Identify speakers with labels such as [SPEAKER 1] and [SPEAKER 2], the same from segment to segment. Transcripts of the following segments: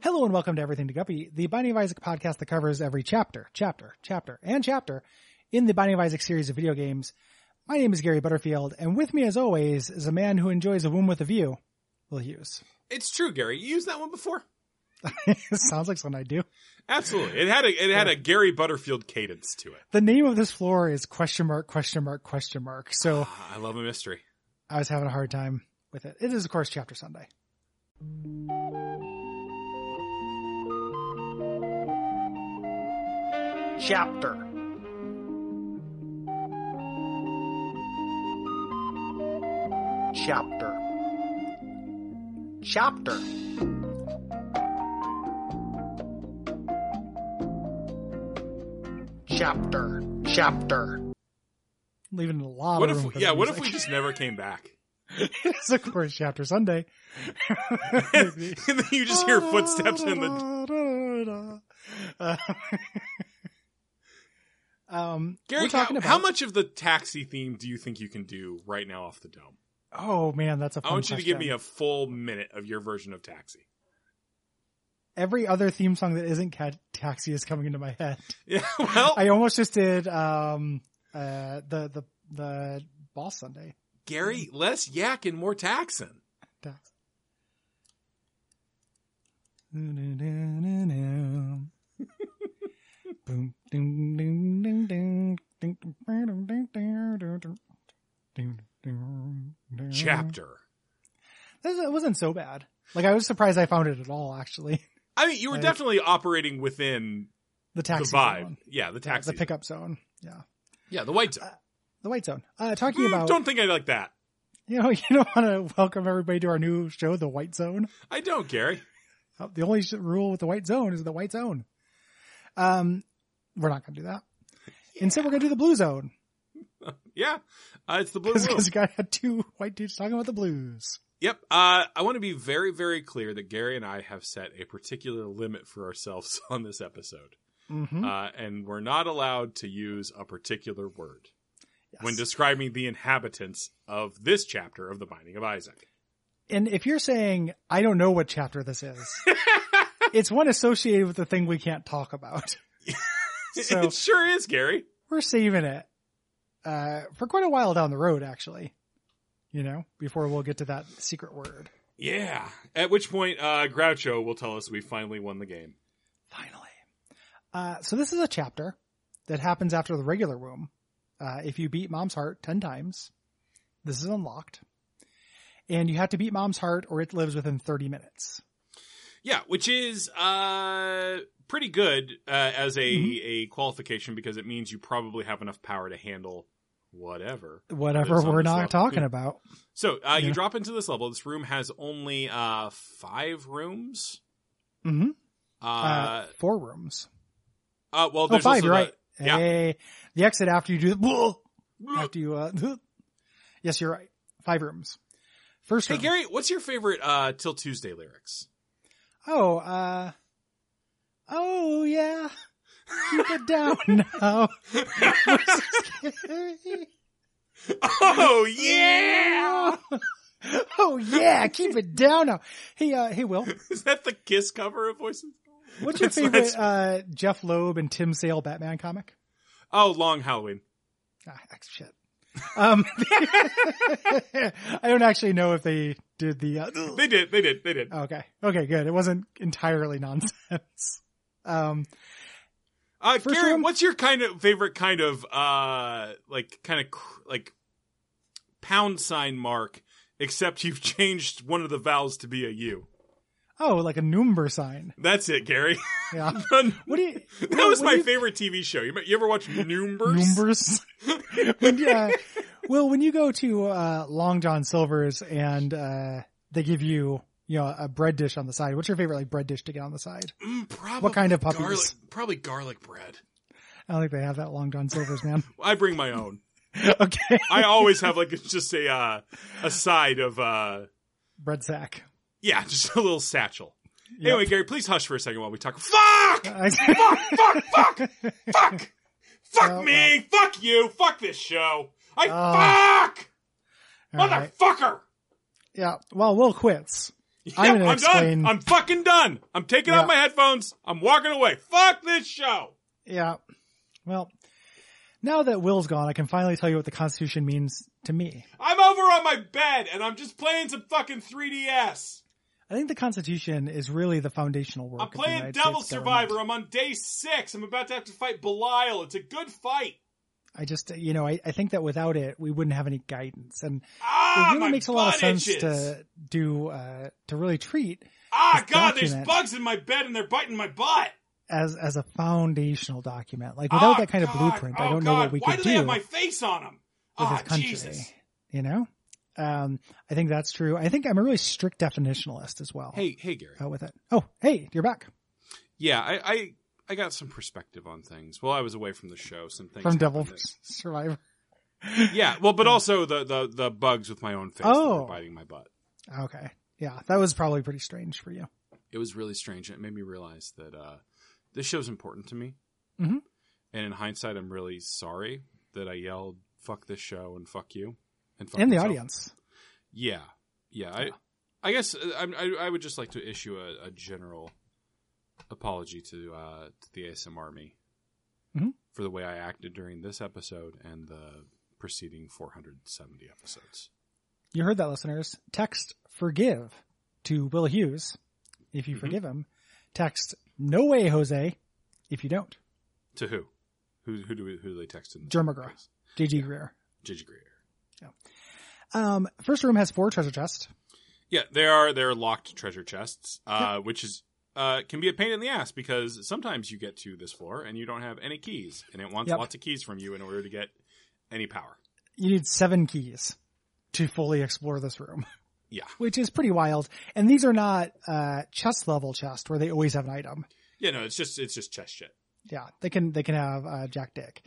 [SPEAKER 1] Hello and welcome to Everything to Guppy, the Binding of Isaac podcast that covers every chapter, chapter, chapter, and chapter in the Binding of Isaac series of video games. My name is Gary Butterfield, and with me as always is a man who enjoys a womb with a view, Will Hughes.
[SPEAKER 2] It's true, Gary. You used that one before.
[SPEAKER 1] Sounds like something I do.
[SPEAKER 2] Absolutely. It had a it had a Gary Butterfield cadence to it.
[SPEAKER 1] The name of this floor is question mark, question mark, question mark. So
[SPEAKER 2] Ah, I love a mystery.
[SPEAKER 1] I was having a hard time with it. It is, of course, Chapter Sunday.
[SPEAKER 3] chapter. Chapter. Chapter. Chapter. Chapter.
[SPEAKER 1] Leaving a lot
[SPEAKER 2] What
[SPEAKER 1] of
[SPEAKER 2] if
[SPEAKER 1] room
[SPEAKER 2] we,
[SPEAKER 1] for
[SPEAKER 2] yeah,
[SPEAKER 1] the
[SPEAKER 2] what if
[SPEAKER 1] music.
[SPEAKER 2] we just never came back?
[SPEAKER 1] it is, of course, Chapter Sunday.
[SPEAKER 2] and then you just hear footsteps in the
[SPEAKER 1] the. um,
[SPEAKER 2] Gary,
[SPEAKER 1] we're
[SPEAKER 2] how,
[SPEAKER 1] talking about
[SPEAKER 2] how much of the taxi theme do you think you can do right now off the dome?
[SPEAKER 1] Oh man, that's a fun
[SPEAKER 2] I want you to give me
[SPEAKER 1] question.
[SPEAKER 2] a full minute of your version of taxi.
[SPEAKER 1] Every other theme song that isn't Cat Taxi is coming into my head.
[SPEAKER 2] Yeah, well,
[SPEAKER 1] I almost just did um uh the the the Ball Sunday
[SPEAKER 2] Gary, less yak and more taxin.
[SPEAKER 1] tax. Boom, ding, ding, ding, ding, ding, ding, ding, ding, ding, ding.
[SPEAKER 2] Chapter.
[SPEAKER 1] That wasn't so bad. Like I was surprised I found it at all. Actually,
[SPEAKER 2] I mean, you were
[SPEAKER 1] Like-
[SPEAKER 2] definitely operating within
[SPEAKER 1] the taxi
[SPEAKER 2] the vibe.
[SPEAKER 1] zone.
[SPEAKER 2] Yeah, the taxi.
[SPEAKER 1] the pickup zone, yeah,
[SPEAKER 2] Yeah, the white zone.
[SPEAKER 1] the white zone. Uh, talking
[SPEAKER 2] Mm,
[SPEAKER 1] about
[SPEAKER 2] Don't think I like that.
[SPEAKER 1] You know, you don't want to welcome everybody to our new show, The White Zone.
[SPEAKER 2] I don't, Gary.
[SPEAKER 1] Uh, The only sh- rule with The White Zone is The White Zone. Um, we're not going to do that. Instead, we're going to do The Blue Zone
[SPEAKER 2] Yeah, uh, it's the blue room.
[SPEAKER 1] because we got two white dudes talking about the blues.
[SPEAKER 2] Yep. Uh, I want to be very, very clear that Gary and I have set a particular limit for ourselves on this episode,
[SPEAKER 1] Mm-hmm.
[SPEAKER 2] uh, and we're not allowed to use a particular word when describing the inhabitants of this chapter of the Binding of Isaac.
[SPEAKER 1] and if you're saying, I don't know what chapter this is, it's one associated with the thing we can't talk about. So-
[SPEAKER 2] it sure is, Gary.
[SPEAKER 1] We're saving it uh, for quite a while down the road, actually, you know, before we'll get to that secret word.
[SPEAKER 2] Yeah. At which point, uh, Groucho will tell us we finally won the game.
[SPEAKER 1] Finally. Uh, so this is a chapter that happens after the regular room. Uh, if you beat mom's heart 10 times, this is unlocked. And you have to beat mom's heart or it lives within 30 minutes.
[SPEAKER 2] Yeah, which is uh pretty good uh, as a
[SPEAKER 1] Mhm.
[SPEAKER 2] a qualification because it means you probably have enough power to handle whatever.
[SPEAKER 1] Whatever
[SPEAKER 2] Lives on
[SPEAKER 1] we're
[SPEAKER 2] this level.
[SPEAKER 1] not talking
[SPEAKER 2] Yeah.
[SPEAKER 1] about.
[SPEAKER 2] So uh,
[SPEAKER 1] Yeah.
[SPEAKER 2] you drop into this level. This room has only uh five rooms.
[SPEAKER 1] hmm
[SPEAKER 2] Uh,
[SPEAKER 1] Four rooms.
[SPEAKER 2] uh, well,
[SPEAKER 1] Oh,
[SPEAKER 2] there's
[SPEAKER 1] five,
[SPEAKER 2] also
[SPEAKER 1] you're right.
[SPEAKER 2] the- yeah.
[SPEAKER 1] Hey, the exit after you do the,
[SPEAKER 2] the-
[SPEAKER 1] after you, uh, yes, you're right. Five rooms. First
[SPEAKER 2] Hey
[SPEAKER 1] room.
[SPEAKER 2] Gary, what's your favorite uh Till Tuesday lyrics?
[SPEAKER 1] Oh, uh, oh yeah. Keep it down now. We're so scary.
[SPEAKER 2] oh yeah!
[SPEAKER 1] Oh yeah, keep it down now. Hey, uh, hey Will,
[SPEAKER 2] is that the Kiss cover of Voices?
[SPEAKER 1] what's your
[SPEAKER 2] That's-
[SPEAKER 1] favorite uh,
[SPEAKER 2] that's-
[SPEAKER 1] Jeff Loeb and Tim Sale Batman comic?
[SPEAKER 2] Oh, Long Halloween.
[SPEAKER 1] Ah, ex- shit. Um, I don't actually know if they did the. Uh,
[SPEAKER 2] They did. They did. They did.
[SPEAKER 1] okay, okay, good. It wasn't entirely nonsense. Um,
[SPEAKER 2] Uh,
[SPEAKER 1] First
[SPEAKER 2] Gary,
[SPEAKER 1] room?
[SPEAKER 2] what's your kind of favorite kind of uh like kind of cr- like pound sign mark? Except you've changed one of the vowels to be a U.
[SPEAKER 1] oh, like a number sign.
[SPEAKER 2] That's it, Gary.
[SPEAKER 1] Yeah.
[SPEAKER 2] that
[SPEAKER 1] What do you? what-
[SPEAKER 2] was
[SPEAKER 1] what
[SPEAKER 2] my
[SPEAKER 1] do you-
[SPEAKER 2] favorite TV show. You, you ever watch Numbers?
[SPEAKER 1] Numbers. when, uh, well, when you go to uh, Long John Silver's and uh, they give you, you know, a bread dish on the side. What's your favorite like bread dish to get on the side?
[SPEAKER 2] Mm, probably
[SPEAKER 1] What kind of puppies?
[SPEAKER 2] Garlic, probably garlic bread.
[SPEAKER 1] I don't think they have that at Long John Silver's, man.
[SPEAKER 2] I bring my own.
[SPEAKER 1] okay,
[SPEAKER 2] I always have like just a uh, a side of uh
[SPEAKER 1] bread sack.
[SPEAKER 2] yeah, just a little satchel.
[SPEAKER 1] Yep.
[SPEAKER 2] Anyway, Gary, please hush for a second while we talk. Fuck!
[SPEAKER 1] I-
[SPEAKER 2] fuck, fuck, fuck, fuck
[SPEAKER 1] Oh,
[SPEAKER 2] me, fuck you, fuck this show. I
[SPEAKER 1] Oh.
[SPEAKER 2] fuck,
[SPEAKER 1] All right.
[SPEAKER 2] motherfucker.
[SPEAKER 1] Yeah. Well, Will quits. I'm
[SPEAKER 2] Yep,
[SPEAKER 1] gonna explain.
[SPEAKER 2] done. I'm fucking done. I'm taking
[SPEAKER 1] Yeah.
[SPEAKER 2] out my headphones. I'm walking away. Fuck this show.
[SPEAKER 1] Yeah. Well, now that Will's gone, I can finally tell you what the Constitution means to me.
[SPEAKER 2] I'm over on my bed and I'm just playing some fucking 3DS.
[SPEAKER 1] I think the Constitution is really the foundational work.
[SPEAKER 2] I'm
[SPEAKER 1] of the
[SPEAKER 2] playing
[SPEAKER 1] United
[SPEAKER 2] Devil
[SPEAKER 1] States
[SPEAKER 2] Survivor.
[SPEAKER 1] government.
[SPEAKER 2] I'm on day six. I'm about to have to fight Belial. It's a good fight.
[SPEAKER 1] I just, you know, I, I think that without it, we wouldn't have any guidance, and
[SPEAKER 2] Ah,
[SPEAKER 1] it really
[SPEAKER 2] my
[SPEAKER 1] makes a lot of
[SPEAKER 2] butt
[SPEAKER 1] sense
[SPEAKER 2] itches.
[SPEAKER 1] to do uh, to really treat
[SPEAKER 2] Ah,
[SPEAKER 1] this
[SPEAKER 2] God,
[SPEAKER 1] document.
[SPEAKER 2] there's bugs in my bed and they're biting my butt.
[SPEAKER 1] as as a foundational document. Like without
[SPEAKER 2] Ah,
[SPEAKER 1] that kind
[SPEAKER 2] God.
[SPEAKER 1] of blueprint, I
[SPEAKER 2] Oh,
[SPEAKER 1] don't know
[SPEAKER 2] God.
[SPEAKER 1] what we
[SPEAKER 2] Why
[SPEAKER 1] could
[SPEAKER 2] do they
[SPEAKER 1] do
[SPEAKER 2] have my face on them?
[SPEAKER 1] with
[SPEAKER 2] Ah,
[SPEAKER 1] this country.
[SPEAKER 2] Jesus.
[SPEAKER 1] You know, um, I think that's true. I think I'm a really strict definitionalist as well.
[SPEAKER 2] Hey, hey, Gary.
[SPEAKER 1] uh, with it. Oh, hey, you're back
[SPEAKER 2] Yeah, I, I I got some perspective on things. Well, I was away from the show. Some things
[SPEAKER 1] from Devil
[SPEAKER 2] happened.
[SPEAKER 1] Survivor.
[SPEAKER 2] Yeah, well, but also the the the bugs with my own face that were
[SPEAKER 1] Oh.
[SPEAKER 2] biting my butt.
[SPEAKER 1] Okay, yeah, that was probably pretty strange for you.
[SPEAKER 2] It was really strange. and It made me realize that uh, this show's important to me.
[SPEAKER 1] Mhm.
[SPEAKER 2] And in hindsight, I'm really sorry that I yelled "fuck this show" and "fuck you" and fuck
[SPEAKER 1] And the
[SPEAKER 2] myself.
[SPEAKER 1] audience.
[SPEAKER 2] Yeah, yeah. I
[SPEAKER 1] Yeah.
[SPEAKER 2] I guess uh, I'm- I I would just like to issue a, a general apology to uh, to the ASM Army
[SPEAKER 1] Mhm.
[SPEAKER 2] for the way I acted during this episode and the preceding 470 episodes.
[SPEAKER 1] You heard that, listeners. Text forgive to Will Hughes if you
[SPEAKER 2] Mhm.
[SPEAKER 1] forgive him. Text no way, Jose, if you don't.
[SPEAKER 2] To who? Who who do we, who do they text in?
[SPEAKER 1] Jermagra. JG Greer.
[SPEAKER 2] Gigi Greer.
[SPEAKER 1] Um, first room has four treasure chests.
[SPEAKER 2] Yeah, there are there are locked treasure chests, uh, which is uh, can be a pain in the ass because sometimes you get to this floor and you don't have any keys, and it wants
[SPEAKER 1] Yep.
[SPEAKER 2] lots of keys from you in order to get any power.
[SPEAKER 1] You need seven keys to fully explore this room,
[SPEAKER 2] Yeah,
[SPEAKER 1] which is pretty wild. And these are not uh, chest level chests where they always have an item.
[SPEAKER 2] yeah, no, it's just it's just chest shit.
[SPEAKER 1] Yeah, they can they can have uh, Jack Dick.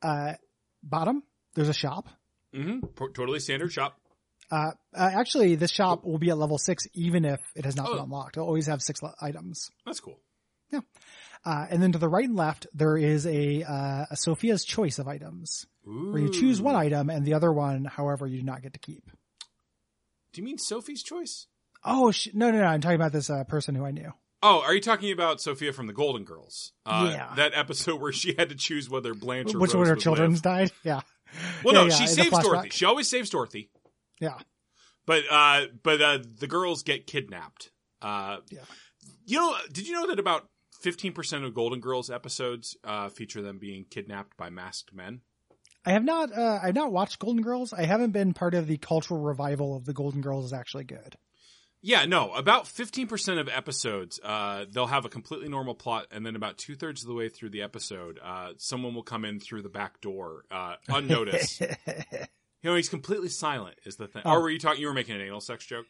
[SPEAKER 1] Uh, bottom there's a shop.
[SPEAKER 2] Mm-hmm. totally standard shop.
[SPEAKER 1] Uh, uh, actually, this shop will be at level six, even if it has not been
[SPEAKER 2] Oh.
[SPEAKER 1] unlocked. It'll always have six le- items.
[SPEAKER 2] That's cool.
[SPEAKER 1] Uh, and then to the right and left, there is a, uh, a Sophia's choice of items,
[SPEAKER 2] Ooh.
[SPEAKER 1] where you choose one
[SPEAKER 2] Hmm.
[SPEAKER 1] item and the other one, however, you do not get to keep.
[SPEAKER 2] Do you mean Sophie's choice?
[SPEAKER 1] Oh sh- no, no, no! I'm talking about this uh, person who I knew.
[SPEAKER 2] Oh, are you talking about Sophia from the Golden Girls? Uh,
[SPEAKER 1] Yeah.
[SPEAKER 2] That episode where she had to choose whether Blanche or
[SPEAKER 1] Which
[SPEAKER 2] Rose
[SPEAKER 1] one of her
[SPEAKER 2] would
[SPEAKER 1] children
[SPEAKER 2] live.
[SPEAKER 1] died? Yeah.
[SPEAKER 2] Well,
[SPEAKER 1] Yeah,
[SPEAKER 2] no,
[SPEAKER 1] yeah,
[SPEAKER 2] she
[SPEAKER 1] in the
[SPEAKER 2] saves
[SPEAKER 1] flashback.
[SPEAKER 2] Dorothy. She always saves Dorothy.
[SPEAKER 1] Yeah.
[SPEAKER 2] But uh, but uh, the girls get kidnapped. Uh,
[SPEAKER 1] Yeah.
[SPEAKER 2] You know? Did you know that about fifteen percent of Golden Girls episodes uh, feature them being kidnapped by masked men?
[SPEAKER 1] I have not. Uh, I've not watched Golden Girls. I haven't been part of the cultural revival of the Golden Girls. Is actually good.
[SPEAKER 2] Yeah, no, about 15% of episodes, uh, they'll have a completely normal plot, and then about two thirds of the way through the episode, uh, someone will come in through the back door, uh, unnoticed. you know, he's completely silent, is the thing.
[SPEAKER 1] Oh.
[SPEAKER 2] Or were you talking, you were making an anal sex joke?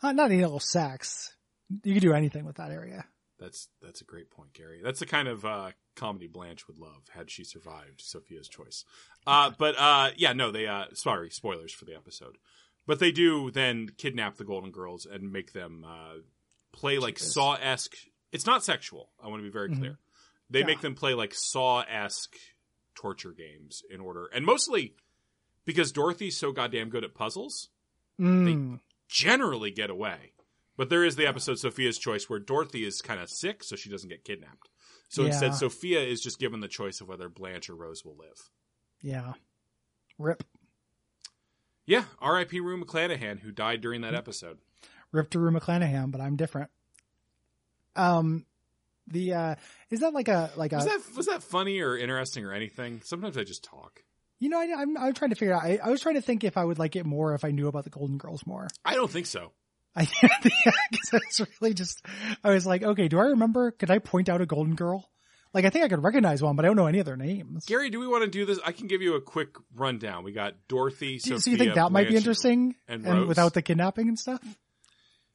[SPEAKER 1] Uh, not any little sex. You could do anything with that area.
[SPEAKER 2] That's, that's a great point, Gary. That's the kind of, uh, comedy Blanche would love had she survived Sophia's choice. Uh, but, uh, yeah, no, they, uh, sorry, spoilers for the episode. But they do then kidnap the Golden Girls and make them, uh, play like
[SPEAKER 1] Jesus.
[SPEAKER 2] Saw esque. It's not sexual. I want to be very
[SPEAKER 1] Mhm.
[SPEAKER 2] clear. They
[SPEAKER 1] Yeah.
[SPEAKER 2] make them play like Saw esque torture games in order, and mostly because Dorothy's so goddamn good at puzzles,
[SPEAKER 1] Mm.
[SPEAKER 2] generally get away. But there is the episode Sophia's Choice where Dorothy is kind of sick, so she doesn't get kidnapped. So
[SPEAKER 1] Yeah.
[SPEAKER 2] instead, Sophia is just given the choice of whether Blanche or Rose will live.
[SPEAKER 1] Yeah. Rip.
[SPEAKER 2] Yeah, R.I.P. Rue McClanahan, who died during that episode.
[SPEAKER 1] Rip to Rue McClanahan, but I'm different. Um, the uh, is that like a like a
[SPEAKER 2] Was that was that funny or interesting or anything? Sometimes I just talk.
[SPEAKER 1] you know I, I'm I'm trying to figure out. I, I was trying to think if I would like it more if I knew about the Golden Girls more.
[SPEAKER 2] I don't think so.
[SPEAKER 1] I because it's really just I was like, okay, do I remember? Could I point out a Golden Girl? Like I think I could recognize one, but I don't know any other names.
[SPEAKER 2] Gary, do we want to do this? I can give you a quick rundown. We got Dorothy.
[SPEAKER 1] Do you-
[SPEAKER 2] Sophia,
[SPEAKER 1] so you think that might be
[SPEAKER 2] Blanche,
[SPEAKER 1] interesting?
[SPEAKER 2] and Rose.
[SPEAKER 1] and without the kidnapping and stuff.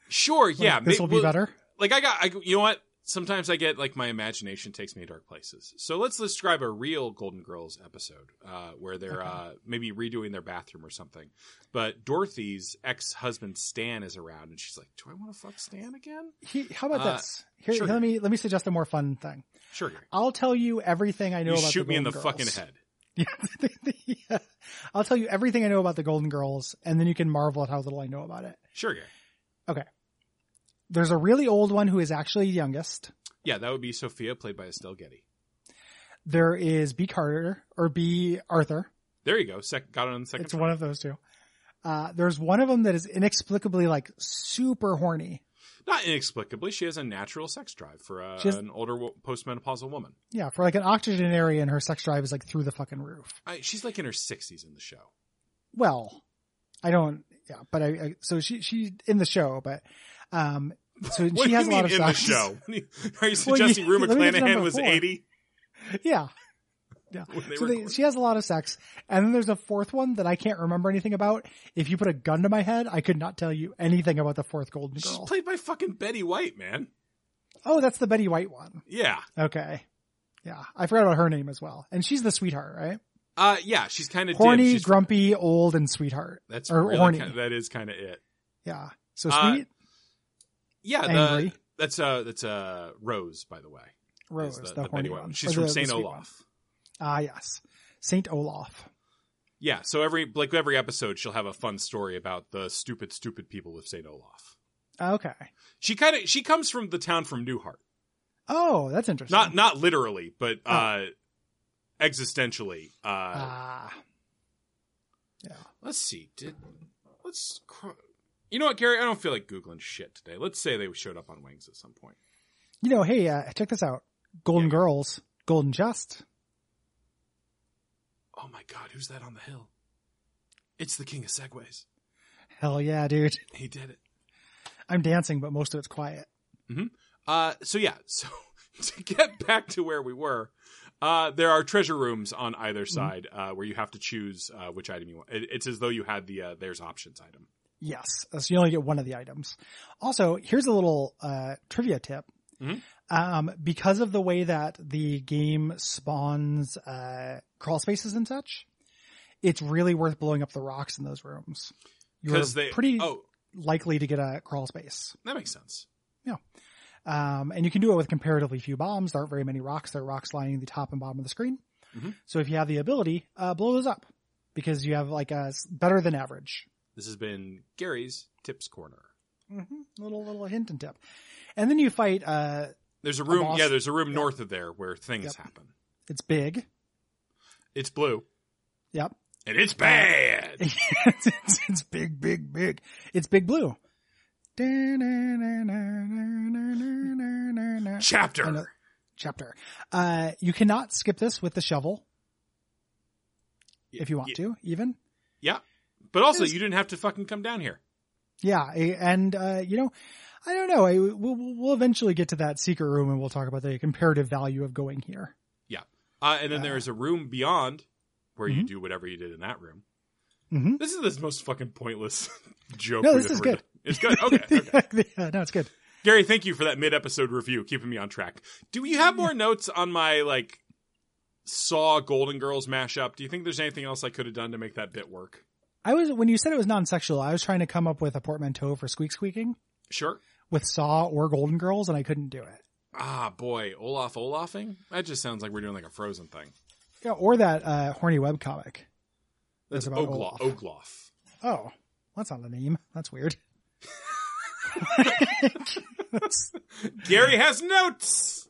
[SPEAKER 2] Sure,
[SPEAKER 1] Like,
[SPEAKER 2] yeah.
[SPEAKER 1] this
[SPEAKER 2] ma-
[SPEAKER 1] will be
[SPEAKER 2] well,
[SPEAKER 1] better.
[SPEAKER 2] Like I got, I, you know what? Sometimes I get like my imagination takes me to dark places. So let's describe a real Golden Girls episode uh, where they're
[SPEAKER 1] Okay.
[SPEAKER 2] uh, maybe redoing their bathroom or something. But Dorothy's ex-husband Stan is around, and she's like, "Do I want to fuck Stan again?"
[SPEAKER 1] He, how about
[SPEAKER 2] Uh,
[SPEAKER 1] this? Here,
[SPEAKER 2] sure.
[SPEAKER 1] let me let me suggest a more fun thing.
[SPEAKER 2] Sure, Gary.
[SPEAKER 1] I'll tell you everything I know
[SPEAKER 2] You
[SPEAKER 1] about.
[SPEAKER 2] shoot
[SPEAKER 1] the
[SPEAKER 2] me in the
[SPEAKER 1] Golden
[SPEAKER 2] fucking
[SPEAKER 1] Girls.
[SPEAKER 2] head.
[SPEAKER 1] yeah. I'll tell you everything I know about the Golden Girls, and then you can marvel at how little I know about it.
[SPEAKER 2] Sure, Gary.
[SPEAKER 1] There's a really old one who is actually youngest.
[SPEAKER 2] Yeah, that would be Sophia, played by Estelle Getty.
[SPEAKER 1] There is B. Carter or B. Arthur.
[SPEAKER 2] There you go. Sec- got it on the second.
[SPEAKER 1] It's one of those two. Uh, there's one of them that is inexplicably like super horny.
[SPEAKER 2] Not inexplicably, she has a natural sex drive for uh,
[SPEAKER 1] She has-
[SPEAKER 2] an older wo- postmenopausal woman.
[SPEAKER 1] Yeah, for like an octogenarian, her sex drive is like through the fucking roof.
[SPEAKER 2] I, she's like in her sixties in the show.
[SPEAKER 1] Well, I don't. Yeah, but I, I so she she in the show, but um, so
[SPEAKER 2] What
[SPEAKER 1] she
[SPEAKER 2] do
[SPEAKER 1] has
[SPEAKER 2] you
[SPEAKER 1] a lot
[SPEAKER 2] mean
[SPEAKER 1] of
[SPEAKER 2] in
[SPEAKER 1] sex.
[SPEAKER 2] the show? Are you suggesting
[SPEAKER 1] you-
[SPEAKER 2] Rue
[SPEAKER 1] let me get to
[SPEAKER 2] McClanahan
[SPEAKER 1] number
[SPEAKER 2] was
[SPEAKER 1] four.
[SPEAKER 2] eighty?
[SPEAKER 1] Yeah, yeah.
[SPEAKER 2] When they
[SPEAKER 1] so
[SPEAKER 2] record.
[SPEAKER 1] they, she has a lot of sex, and then there's a fourth one that I can't remember anything about. If you put a gun to my head, I could not tell you anything about the fourth Golden
[SPEAKER 2] She's
[SPEAKER 1] Girl.
[SPEAKER 2] played by fucking Betty White, man.
[SPEAKER 1] oh, that's the Betty White one.
[SPEAKER 2] Yeah.
[SPEAKER 1] Okay, yeah, I forgot about her name as well, and she's the sweetheart, right?
[SPEAKER 2] Uh, yeah, she's kind of
[SPEAKER 1] Horny,
[SPEAKER 2] dim. She's,
[SPEAKER 1] grumpy, old, and sweetheart.
[SPEAKER 2] that's
[SPEAKER 1] or
[SPEAKER 2] really
[SPEAKER 1] horny.
[SPEAKER 2] Kinda, that is kind of it.
[SPEAKER 1] Yeah, so
[SPEAKER 2] Uh,
[SPEAKER 1] sweet,
[SPEAKER 2] Yeah,
[SPEAKER 1] angry,
[SPEAKER 2] the, that's uh, that's uh, Rose, by the way.
[SPEAKER 1] Rose,
[SPEAKER 2] Is
[SPEAKER 1] the, horny
[SPEAKER 2] Betty
[SPEAKER 1] one.
[SPEAKER 2] White
[SPEAKER 1] or
[SPEAKER 2] She's
[SPEAKER 1] the-
[SPEAKER 2] from
[SPEAKER 1] the
[SPEAKER 2] Saint
[SPEAKER 1] sweet one.
[SPEAKER 2] Olaf.
[SPEAKER 1] Ah, yes, Saint Olaf.
[SPEAKER 2] Yeah, so every like every episode, she'll have a fun story about the stupid, stupid people of Saint Olaf.
[SPEAKER 1] Okay.
[SPEAKER 2] She kind of she comes from the town from Newhart,
[SPEAKER 1] Oh, that's interesting.
[SPEAKER 2] not not literally, but uh, existentially. Uh,
[SPEAKER 1] ah.
[SPEAKER 2] let's see. Did let's. cr- You know what, Gary? I don't feel like googling shit today. Let's say they showed up on Wings at some point.
[SPEAKER 1] You know, hey, uh, check this out. Golden
[SPEAKER 2] Yeah.
[SPEAKER 1] Girls, Golden Just.
[SPEAKER 2] Oh my God, who's that on the hill? It's the King of Segways.
[SPEAKER 1] Hell yeah, dude.
[SPEAKER 2] He did it.
[SPEAKER 1] I'm dancing, but most of it's quiet.
[SPEAKER 2] Uh, so yeah, so to get back to where we were, uh, there are treasure rooms on either
[SPEAKER 1] Mm-hmm.
[SPEAKER 2] side uh, where you have to choose uh, which item you want. It, it's as though you had the uh, there's options item.
[SPEAKER 1] Yes. Uh, So you only get one of the items. Also, here's a little uh, trivia tip.
[SPEAKER 2] Mhm.
[SPEAKER 1] Um, because of the way that the game spawns uh, crawl spaces and such, it's really worth blowing up the rocks in those rooms. You're
[SPEAKER 2] Because they
[SPEAKER 1] pretty
[SPEAKER 2] oh
[SPEAKER 1] likely to get a crawl space.
[SPEAKER 2] that makes sense.
[SPEAKER 1] Um, and you can do it with comparatively few bombs. There aren't very many rocks. There are rocks lining the top and bottom of the screen.
[SPEAKER 2] Mhm.
[SPEAKER 1] So if you have the ability, uh, blow those up because you have like a s- better than average
[SPEAKER 2] This has been Gary's tips corner.
[SPEAKER 1] Mm-hmm. little little hint and tip. And then you fight. Uh,
[SPEAKER 2] There's a room,
[SPEAKER 1] boss-
[SPEAKER 2] yeah. There's a room
[SPEAKER 1] Yep.
[SPEAKER 2] north of there where things
[SPEAKER 1] Yep.
[SPEAKER 2] happen.
[SPEAKER 1] it's big.
[SPEAKER 2] It's blue
[SPEAKER 1] Yep,
[SPEAKER 2] and it's bad.
[SPEAKER 1] it's, it's, it's big, big, big. It's big blue. I know.
[SPEAKER 2] Chapter.
[SPEAKER 1] Chapter. Uh, you cannot skip this with the shovel if you want
[SPEAKER 2] Yeah,
[SPEAKER 1] to, even.
[SPEAKER 2] But also,
[SPEAKER 1] There's-
[SPEAKER 2] you didn't have to fucking come down here.
[SPEAKER 1] Yeah, a- and uh, you know, I don't know. I, we'll, we'll eventually get to that secret room, and we'll talk about the comparative value of going here.
[SPEAKER 2] Uh, and then
[SPEAKER 1] Uh,
[SPEAKER 2] there is a room beyond where
[SPEAKER 1] Mm-hmm.
[SPEAKER 2] you do whatever you did in that room.
[SPEAKER 1] hmm
[SPEAKER 2] This is the most fucking pointless joke.
[SPEAKER 1] No,
[SPEAKER 2] we've
[SPEAKER 1] this is
[SPEAKER 2] ever
[SPEAKER 1] good.
[SPEAKER 2] done. It's good. Okay. okay.
[SPEAKER 1] yeah, no, it's good.
[SPEAKER 2] Gary, thank you for that mid-episode review, keeping me on track. Do you have more notes on my like Saw Golden Girls mashup? Do you think there's anything else I could have done to make that bit work?
[SPEAKER 1] I was when you said it was non-sexual. I was trying to come up with a portmanteau for squeak squeaking
[SPEAKER 2] Sure.
[SPEAKER 1] with Saw or Golden Girls, and I couldn't do it.
[SPEAKER 2] Ah, boy, Olaf Olafing. That just sounds like we're doing like a Frozen thing.
[SPEAKER 1] Yeah, or that uh, horny web comic.
[SPEAKER 2] That's
[SPEAKER 1] That's about
[SPEAKER 2] Ogloff.
[SPEAKER 1] Olaf.
[SPEAKER 2] Ogloff.
[SPEAKER 1] Oh, that's not the name. That's weird. that's,
[SPEAKER 2] Gary has notes.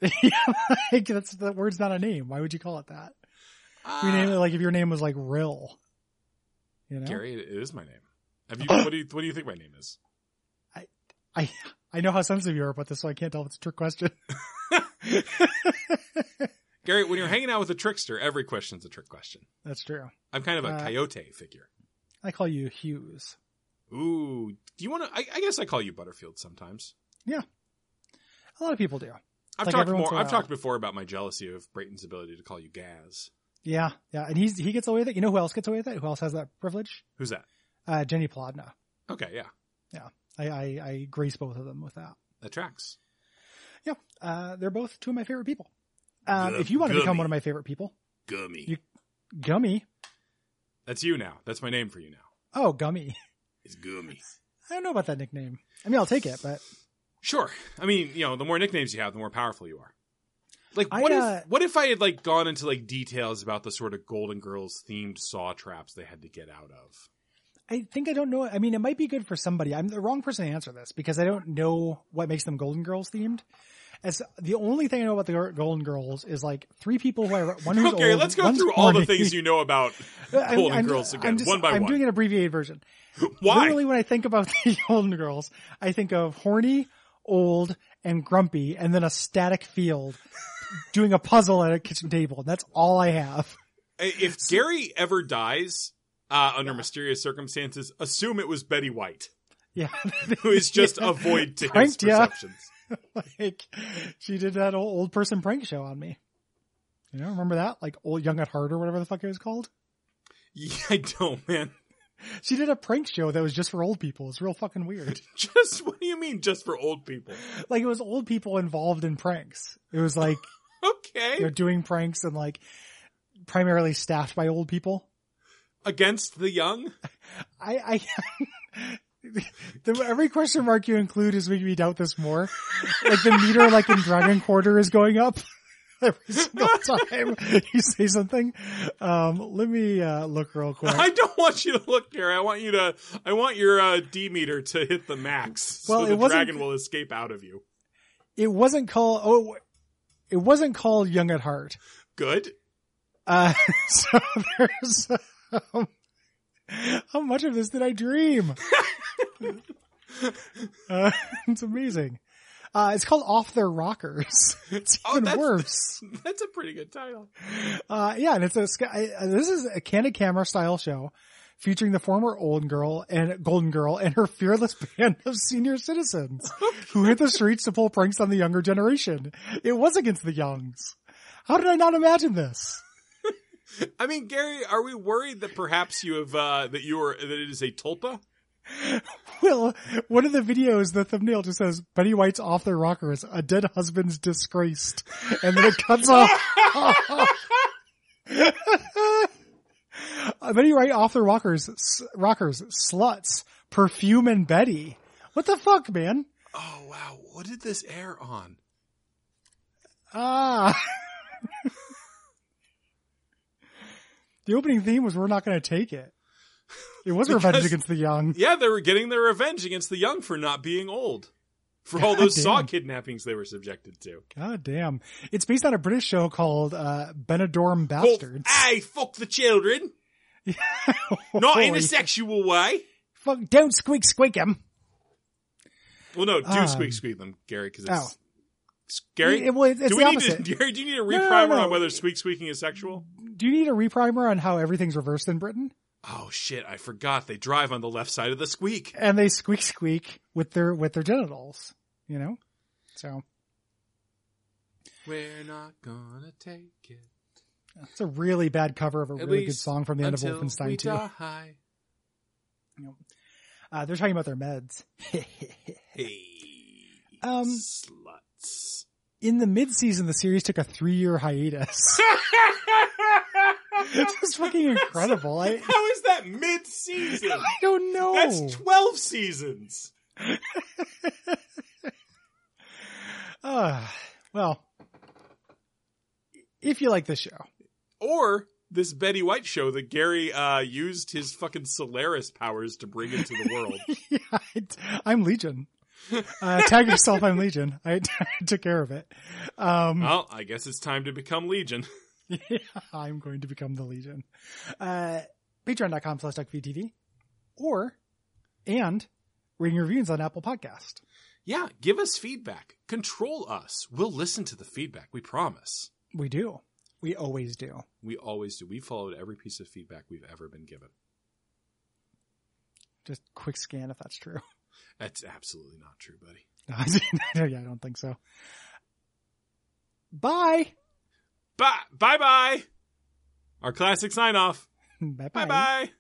[SPEAKER 1] like, that's the word's not a name. Why would you call it that?
[SPEAKER 2] Ah.
[SPEAKER 1] Your name, like if your name was like Rill, you know.
[SPEAKER 2] Uh, Gary, it is my name. Have you? what do you? What do you think my name is?
[SPEAKER 1] I I know how sensitive you are about this, so I can't tell if it's a trick question.
[SPEAKER 2] Gary, when you're hanging out with a trickster, every question's a trick question.
[SPEAKER 1] That's true.
[SPEAKER 2] I'm kind of a
[SPEAKER 1] Uh,
[SPEAKER 2] coyote figure.
[SPEAKER 1] I call you Hughes.
[SPEAKER 2] Ooh, do you want to? I, I guess I call you Butterfield sometimes.
[SPEAKER 1] A lot of people do.
[SPEAKER 2] I've
[SPEAKER 1] Like
[SPEAKER 2] talked
[SPEAKER 1] every once
[SPEAKER 2] more.
[SPEAKER 1] in a
[SPEAKER 2] I've
[SPEAKER 1] while.
[SPEAKER 2] talked before about my jealousy of Brayton's ability to call you Gaz.
[SPEAKER 1] Yeah, yeah, and he's he gets away with it. You know who else gets away with it? Who else has that privilege?
[SPEAKER 2] Who's that?
[SPEAKER 1] Uh, Jenny Plodna.
[SPEAKER 2] Okay, yeah,
[SPEAKER 1] I, I I grace both of them with that.
[SPEAKER 2] that tracks.
[SPEAKER 1] Yeah, uh, they're both two of my favorite people. Um,
[SPEAKER 2] Gum-
[SPEAKER 1] if you want to become
[SPEAKER 2] gummy.
[SPEAKER 1] one of my favorite people,
[SPEAKER 2] Gummy.
[SPEAKER 1] You- Gummy.
[SPEAKER 2] That's you now. That's my name for you now.
[SPEAKER 1] Oh, Gummy.
[SPEAKER 2] It's Gummy.
[SPEAKER 1] I don't know about that nickname. I mean, I'll take it, but
[SPEAKER 2] Sure. I mean, you know, the more nicknames you have, the more powerful you are. Like,
[SPEAKER 1] I,
[SPEAKER 2] what
[SPEAKER 1] uh,
[SPEAKER 2] if what if I had like gone into like details about the sort of Golden Girls themed saw traps they had to get out of?
[SPEAKER 1] I think I don't know. I mean, it might be good for somebody. I'm the wrong person to answer this because I don't know what makes them Golden Girls themed. As the only thing I know about the Gir- Golden Girls is like three people who I one who's
[SPEAKER 2] Okay,
[SPEAKER 1] old,
[SPEAKER 2] let's go
[SPEAKER 1] one's
[SPEAKER 2] through all the
[SPEAKER 1] corny.
[SPEAKER 2] things you know about
[SPEAKER 1] I'm-
[SPEAKER 2] Golden
[SPEAKER 1] I'm-
[SPEAKER 2] Girls again,
[SPEAKER 1] I'm just-
[SPEAKER 2] one by
[SPEAKER 1] I'm
[SPEAKER 2] one.
[SPEAKER 1] doing an abbreviated version.
[SPEAKER 2] Why?
[SPEAKER 1] Literally, when I think about the Golden Girls, I think of horny, old, and grumpy, and then a static field doing a puzzle at a kitchen table. And that's all I have.
[SPEAKER 2] If Gary ever dies uh, under mysterious circumstances, assume it was Betty White,
[SPEAKER 1] Yeah,
[SPEAKER 2] who is just a void to his
[SPEAKER 1] Pranked ya.
[SPEAKER 2] perceptions.
[SPEAKER 1] like she did that old, old person prank show on me. You know, remember that? Like old young at heart or whatever the fuck it was called.
[SPEAKER 2] Yeah, I don't, man.
[SPEAKER 1] She did a prank show that was just for old people. It's real fucking weird.
[SPEAKER 2] Just what do you mean, just for old people?
[SPEAKER 1] like it was old people involved in pranks. It was like you know
[SPEAKER 2] Okay,
[SPEAKER 1] doing pranks and like primarily staffed by old people.
[SPEAKER 2] against the young.
[SPEAKER 1] I, I the, every question mark you include is making me doubt this more. Like the meter, like in Dragon Quarter, is going up every single time you say something. Um, let me uh, look real quick.
[SPEAKER 2] I don't want you to look, Gary. I want you to. I want your uh, D meter to hit the max,
[SPEAKER 1] Well,
[SPEAKER 2] so
[SPEAKER 1] it
[SPEAKER 2] the
[SPEAKER 1] wasn't-
[SPEAKER 2] dragon will escape out of you.
[SPEAKER 1] It wasn't called. Oh, it wasn't called Young at Heart.
[SPEAKER 2] Good.
[SPEAKER 1] Uh, so there's. Um, how much of this did I dream? uh, it's amazing. Uh, it's called Off Their Rockers. It's
[SPEAKER 2] Oh,
[SPEAKER 1] even
[SPEAKER 2] that's-
[SPEAKER 1] worse.
[SPEAKER 2] That's a pretty good title.
[SPEAKER 1] Uh, yeah, and it's a sc- I- uh, this is a candid camera style show featuring the former old girl and golden girl and her fearless band of senior citizens who hit the streets to pull pranks on the younger generation. It was against the youngs. How did I not imagine this?
[SPEAKER 2] I mean, Gary, are we worried that perhaps you have uh, that you are that it is a tulpa?
[SPEAKER 1] Well, one of the videos, the thumbnail just says Betty White's off their rocker is a dead husband's disgraced, and then it cuts off. Uh, Betty White off their rockers, s- rockers, sluts, perfume, and Betty. What the fuck, man?
[SPEAKER 2] Oh wow, what did this air on?
[SPEAKER 1] Ah. the opening theme was "We're not going to take it." It was revenge
[SPEAKER 2] Because-
[SPEAKER 1] against the young.
[SPEAKER 2] Yeah, they were getting their revenge against the young for not being old, for all those saw
[SPEAKER 1] Goddamn.
[SPEAKER 2] kidnappings they were subjected to.
[SPEAKER 1] God damn. It's based on a British show called uh Benidorm
[SPEAKER 2] Oh,
[SPEAKER 1] Bastards.
[SPEAKER 2] aye, fuck the children, not in a sexual way.
[SPEAKER 1] Fuck, don't squeak squeak him.
[SPEAKER 2] Well, no, do
[SPEAKER 1] Um,
[SPEAKER 2] squeak squeak them, Gary, because
[SPEAKER 1] Oh.
[SPEAKER 2] it's Gary.
[SPEAKER 1] It- well, it's
[SPEAKER 2] do
[SPEAKER 1] the
[SPEAKER 2] we need
[SPEAKER 1] opposite.
[SPEAKER 2] to Gary? Do you need a
[SPEAKER 1] no,
[SPEAKER 2] reprimer
[SPEAKER 1] no.
[SPEAKER 2] on whether squeak squeaking is sexual?
[SPEAKER 1] Do you need a reprimer on how everything's reversed in Britain?
[SPEAKER 2] Oh shit, I forgot they drive on the left side of the squeak.
[SPEAKER 1] And they squeak squeak with their with their genitals, you know? So
[SPEAKER 2] We're not gonna take it.
[SPEAKER 1] it's a really bad cover of a
[SPEAKER 2] At
[SPEAKER 1] really good
[SPEAKER 2] least
[SPEAKER 1] song from the end of
[SPEAKER 2] until we
[SPEAKER 1] Wolfenstein 2.
[SPEAKER 2] die.
[SPEAKER 1] Uh, they're talking about their meds.
[SPEAKER 2] Hey,
[SPEAKER 1] Um,
[SPEAKER 2] sluts.
[SPEAKER 1] in the midseason, the series took a three-year hiatus. It's just fucking incredible. I,
[SPEAKER 2] How is that mid-season?
[SPEAKER 1] I don't know.
[SPEAKER 2] That's twelve seasons.
[SPEAKER 1] Uh, well, if you like this show,
[SPEAKER 2] Or this Betty White show that Gary uh, used his fucking Solaris powers to bring into the world.
[SPEAKER 1] yeah, I, am Legion. Uh, tag yourself, I'm Legion. I took care of it. Um,
[SPEAKER 2] well, I guess it's time to become Legion.
[SPEAKER 1] I'm going to become the Legion. Uh, Patreon.com slash DuckVTV or, and reading reviews on Apple Podcast.
[SPEAKER 2] Yeah, give us feedback. Control us. We'll listen to the feedback. We promise.
[SPEAKER 1] We do. We always do.
[SPEAKER 2] We always do. We followed every piece of feedback we've ever been given.
[SPEAKER 1] Just quick scan if that's true.
[SPEAKER 2] That's absolutely not true, buddy.
[SPEAKER 1] No, I don't- yeah, I don't think so. Bye.
[SPEAKER 2] Bye bye bye. Our classic sign off.
[SPEAKER 1] Bye-bye.
[SPEAKER 2] Bye bye.